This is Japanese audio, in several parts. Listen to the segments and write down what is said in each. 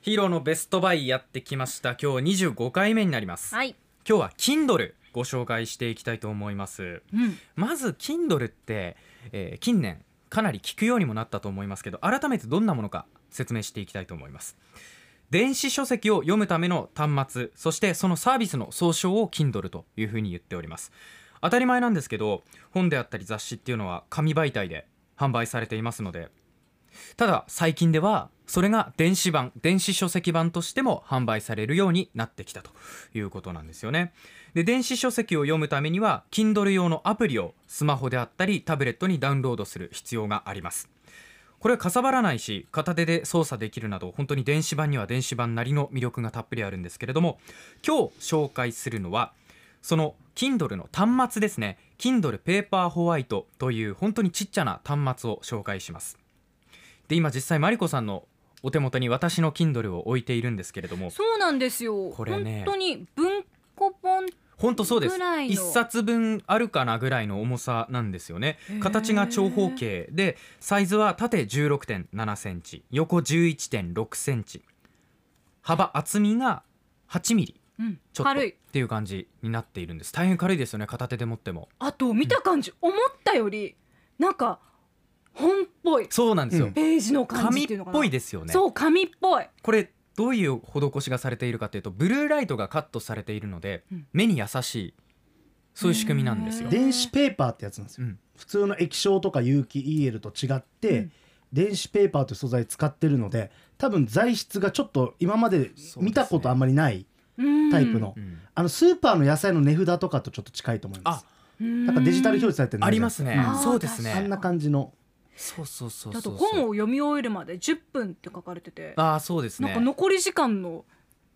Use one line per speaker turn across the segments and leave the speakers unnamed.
ヒーローのベストバイやってきました今日25回目になります、
はい。
今日は Kindle ご紹介していきたいと思います
うん。
まず Kindle って、えー近年かなり聞くようにもなったと思いますけど改めてどんなものか説明していきたいと思います電子書籍を読むための端末そしてそのサービスの総称を Kindle というふうに言っております当たり前なんですけど本であったり雑誌っていうのは紙媒体で販売されていますのでただ最近ではそれが電子版電子書籍版としても販売されるようになってきたということなんですよねで電子書籍を読むためには Kindle 用のアプリをスマホであったりタブレットにダウンロードする必要がありますこれはかさばらないし片手で操作できるなど本当に電子版には電子版なりの魅力がたっぷりあるんですけれども今日紹介するのはその Kindle の端末ですね Kindle ペーパーホワイトという本当にちっちゃな端末を紹介しますで今実際マリコさんのお手元に私の Kindle を置いているんですけれども
そうなんですよ。
これね
本当に文庫本。
本当そうです
ぐらいの
一冊分あるかなぐらいの重さなんですよね
へー
形が長方形でサイズは縦16.7センチ横11.6センチ幅厚みが8ミリ
うん。
ちょっとっ
軽い。
ていう感じになっているんです大変軽いですよね片手で持っても
あと見た感じ、思ったよりなんか本っぽい
そうなんですよ、
うん
ページの感じ
紙
って
っ
いうのかな。
ぽいですよね
そう紙っぽい。
これどういう施しがされているかというとブルーライトがカットされているので、
うん
目に優しいそういう仕組みなんですよ
へー
電子ペーパーってやつなんですよ、
うん
普通の液晶とか有機 EL と違って、
うん
電子ペーパーという素材使ってるので多分材質がちょっと今まで見たことあんまりない
うん
タイプの、
うん
あのスーパーの野菜の値札とかとちょっと近いと思いま
あ
すなんかデジタル表
示。
示されてるの
あり
るじゃな
ま
いですすか
ね、
あー
そうですね
あんな感じの
そうそうそうそう
あ
そ
と
う
本を読み終えるまで10分って書かれてて、
ああそうです
なん
ね
か残り時間の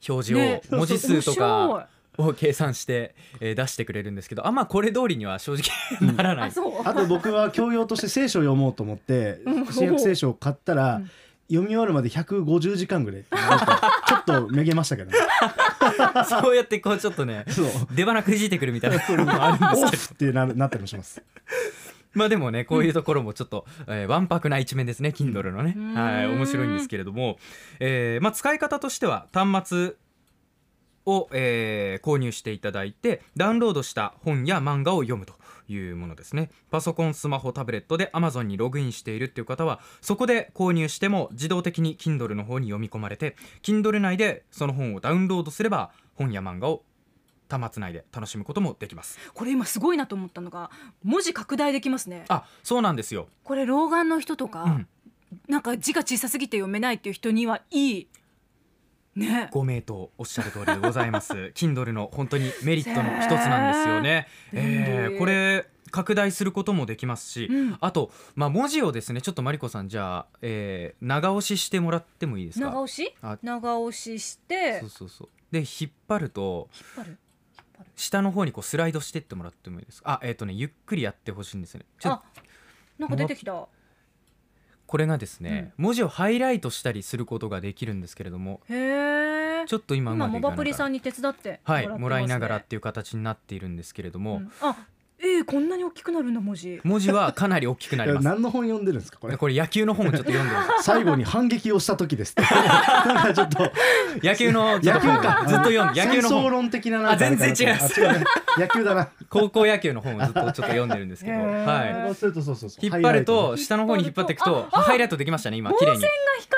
表示
ね
を文字数と
面白
か
い
を計算して、えー出してくれるんですけどあんまあこれ通りには正直 ならない、
あそう。
あと僕は教養として聖書を読もうと思って
うん
新約聖書を買ったら、
うん
読み終わるまで150時間ぐらいなんかちょっとめげましたけどね
そうやってこうちょっとね
そう
出鼻くじいてくるみたいな
そ
のもあるんです けど
オフってなるなったりもします
まあでもねこういうところもちょっと、えーわんぱくな一面ですね Kindle のね、
うん
はい面白いんですけれども、えーまあ、使い方としては端末を、えー購入していただいてダウンロードした本や漫画を読むというものですねパソコンスマホタブレットで Amazon にログインしているっていう方はそこで購入しても自動的に Kindle の方に読み込まれて Kindle 内でその本をダウンロードすれば本や漫画を端末内で楽しむこともできます
これ今すごいなと思ったのが文字拡大できますね。
あそうなんですよ、
これ老眼の人と
う
か
ん、
なんか字が小さすぎて読めないっていう人にはいいね。
ご名答おっしゃる通りでございます Kindle の本当にメリットの一つなんですよね、
へー
えーこれ拡大することもできますし、
うん
あと、まあ、文字をですねちょっとマリコさんじゃあ、えー長押ししてもらってもいいですか
長押し
あ
長押しして
そうそうそうで引っ張ると
引っ張る
下の方にこうスライドしてってもらってもいいですかあえっ、とねゆっくりやってほしいんですよねちょっ
あ
と
なんか出てきた
これがですね、文字をハイライトしたりすることができるんですけれども
へえ
ちょっと今うま
今
くい
モ
か
バ
ない
プリ
か
さ
ら
んに手伝って
はいもらいながらっ
って
いう形になっているんですけれど
て
も、
あえーこんなに大きくなるんだ文字
文字はかなり大きくないり
や
ます
何の本読んでるんですかこれ
これ野球の本をちょっと読んでる
最後に反撃をした時です ってなんかちょっと
野球のちょっ
野
と
球か
ずっと読んで
戦
野球の
争
本
論的ななんか
あ全然違います
あ違うね野球だな
高校野球の本をずっとちょっと読んでるんですけど
へー
はい
そうするとそうそうそう
引っ張る
ハイライ
と下の方に引っ張っていくとハイライトできましたね今
棒
綺麗
線
に
が引か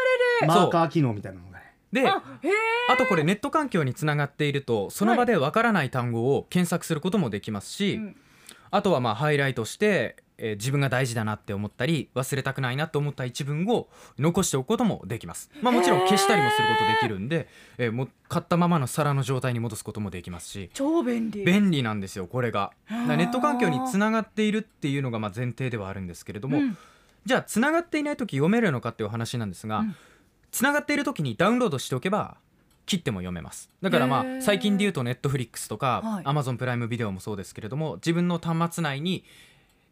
トねマーカー機能みたいなのがね
で
れるあへえ
あとこれネット環境につながっているとその場でわからない単語を検索することもできますし、
うん
あとはまあハイライトして、えー自分が大事だなって思ったり忘れたくないなと思った一文を残しておくこともできます、まあ、もちろん消したりもすることできるんで、えーもう買ったままの皿の状態に戻すこともできますし
超便利
便利なんですよこれがだからネット環境につ
な
ながっているっていうのがまあ前提ではあるんですけれども、
うん
じゃあつながっていない時読めるのかっていうお話なんですが、
うん
つながっている時にダウンロードしておけば切っても読めますだからま
へー
あ最近で言うとネットフリックスと
は
か
い
アマゾンプライムビデオもそうですけれども自分の端末内に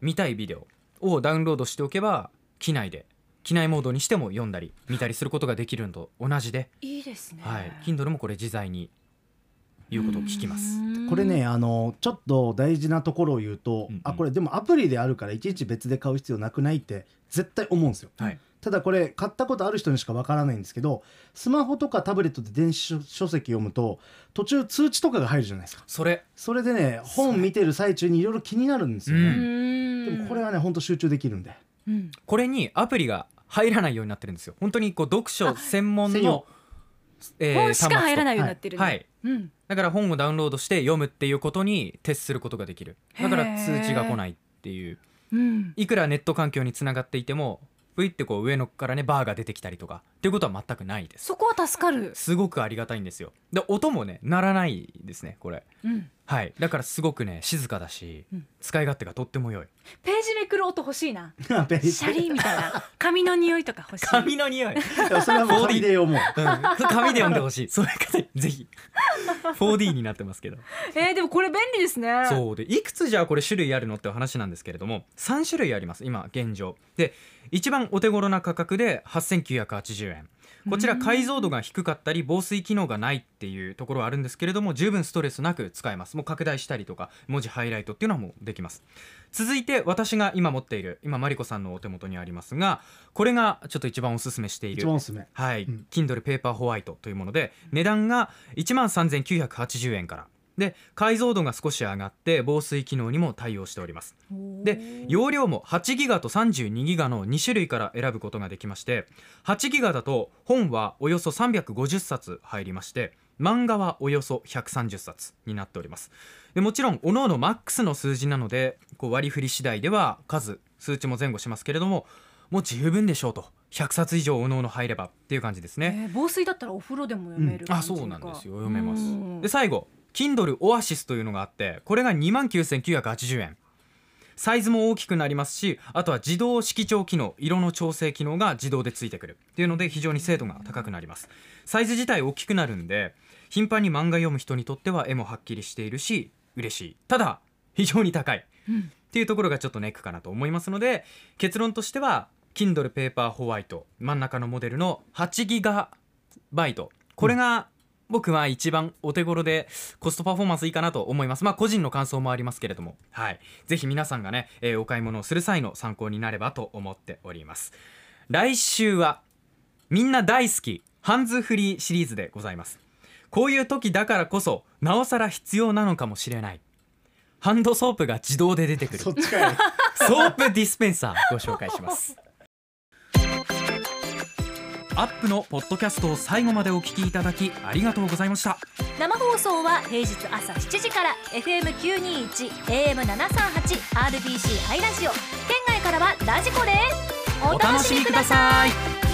見たいビデオをダウンロードしておけば機内で機内モードにしても読んだり見たりすることができるのと同じで、
いいですね
はい、Kindle もこれ自在にいうことを聞きます。
これねあのちょっと大事なところを言うと、
うんうん
あこれでもアプリであるからいちいち別で買う必要なくないって絶対思うんですよ。
はい
ただこれ買ったことある人にしかわからないんですけどスマホとかタブレットで電子書書籍読むと途中通知とかが入るじゃないですか
それ
それでね本見てる最中にいろいろ気になるんですよ
う
ね、
ん
でもこれはねほんと集中できるんで
うん
これにアプリが入らないようになってるんですよ。本当にこう読書専門
専用
の、えー
本しか入らないようになってるね
はい。
うん
だから本をダウンロードして読むっていうことに徹することができる。だから通知が来ないっていう。
うん
いくらネット環境につながっていても、ブイってこう上のからねバーが出てきたりとかっていうことは全くないです。
そこは助かる
すごくありがたいんですよ。で音もね鳴らないですねこれ。
うん
はい。だからすごくね静かだし、
うん
使い勝手がとっても良い。
ページめくる音欲しいな
シ
シャリーみたいな髪の匂いとか欲しい
紙の匂い。
それはもう紙で思う
うん、紙で読んでほしい。そういう方にぜひ 4D になってますけど。
えー、でもこれ便利ですね
そうでいくつじゃあこれ種類あるのって話なんですけれども3種類あります今現状で一番お手頃な価格で8980円こちら解像度が低かったり防水機能がないっていうところはあるんですけれども十分ストレスなく使えますもう拡大したりとか文字ハイライトっていうのはもうできます続いて私が今持っている今マリコさんのお手元にありますがこれがちょっと一番おすすめしている
一番おすすめ
はい、
うん
Kindle ペーパーホワイトというもので値段が1万3980円からで解像度が少し上がって防水機能にも対応しておりますで容量も8ギガと32ギガの2種類から選ぶことができまして8ギガだと本はおよそ350冊入りまして漫画はおよそ130冊になっておりますでもちろん各々マックスの数字なのでこう割り振り次第では数数値も前後しますけれどももう十分でしょうと100冊以上各々入ればっていう感じですね、
えー防水だったらお風呂でも読める
あ
感じか、
そうなんですよ読めま
う
す
ん
で最後 Kindle オアシスというのがあってこれが2万9980円サイズも大きくなりますしあとは自動色調機能色の調整機能が自動でついてくるっていうので非常に精度が高くなりますサイズ自体大きくなるんで頻繁に漫画読む人にとっては絵もはっきりしているし嬉しいただ非常に高い
うん
っていうところがちょっとネックかなと思いますので結論としては Kindle ペーパーホワイト真ん中のモデルの8ギガバイトこれが僕は一番お手頃でコストパフォーマンスいいかなと思いますまあ個人の感想もありますけれどもはいぜひ皆さんがね、えーお買い物をする際の参考になればと思っております来週はみんな大好きハンズフリーシリーズでございますこういう時だからこそなおさら必要なのかもしれないハンドソープが自動で出てくる
そっちかい
ソープディスペンサーご紹介しますアップのポッドキャストを最後までお聞きいただきありがとうございました
生放送は平日朝7時から FM921 AM738 RBC ハイラジオ県外からはラジコですお楽しみください
い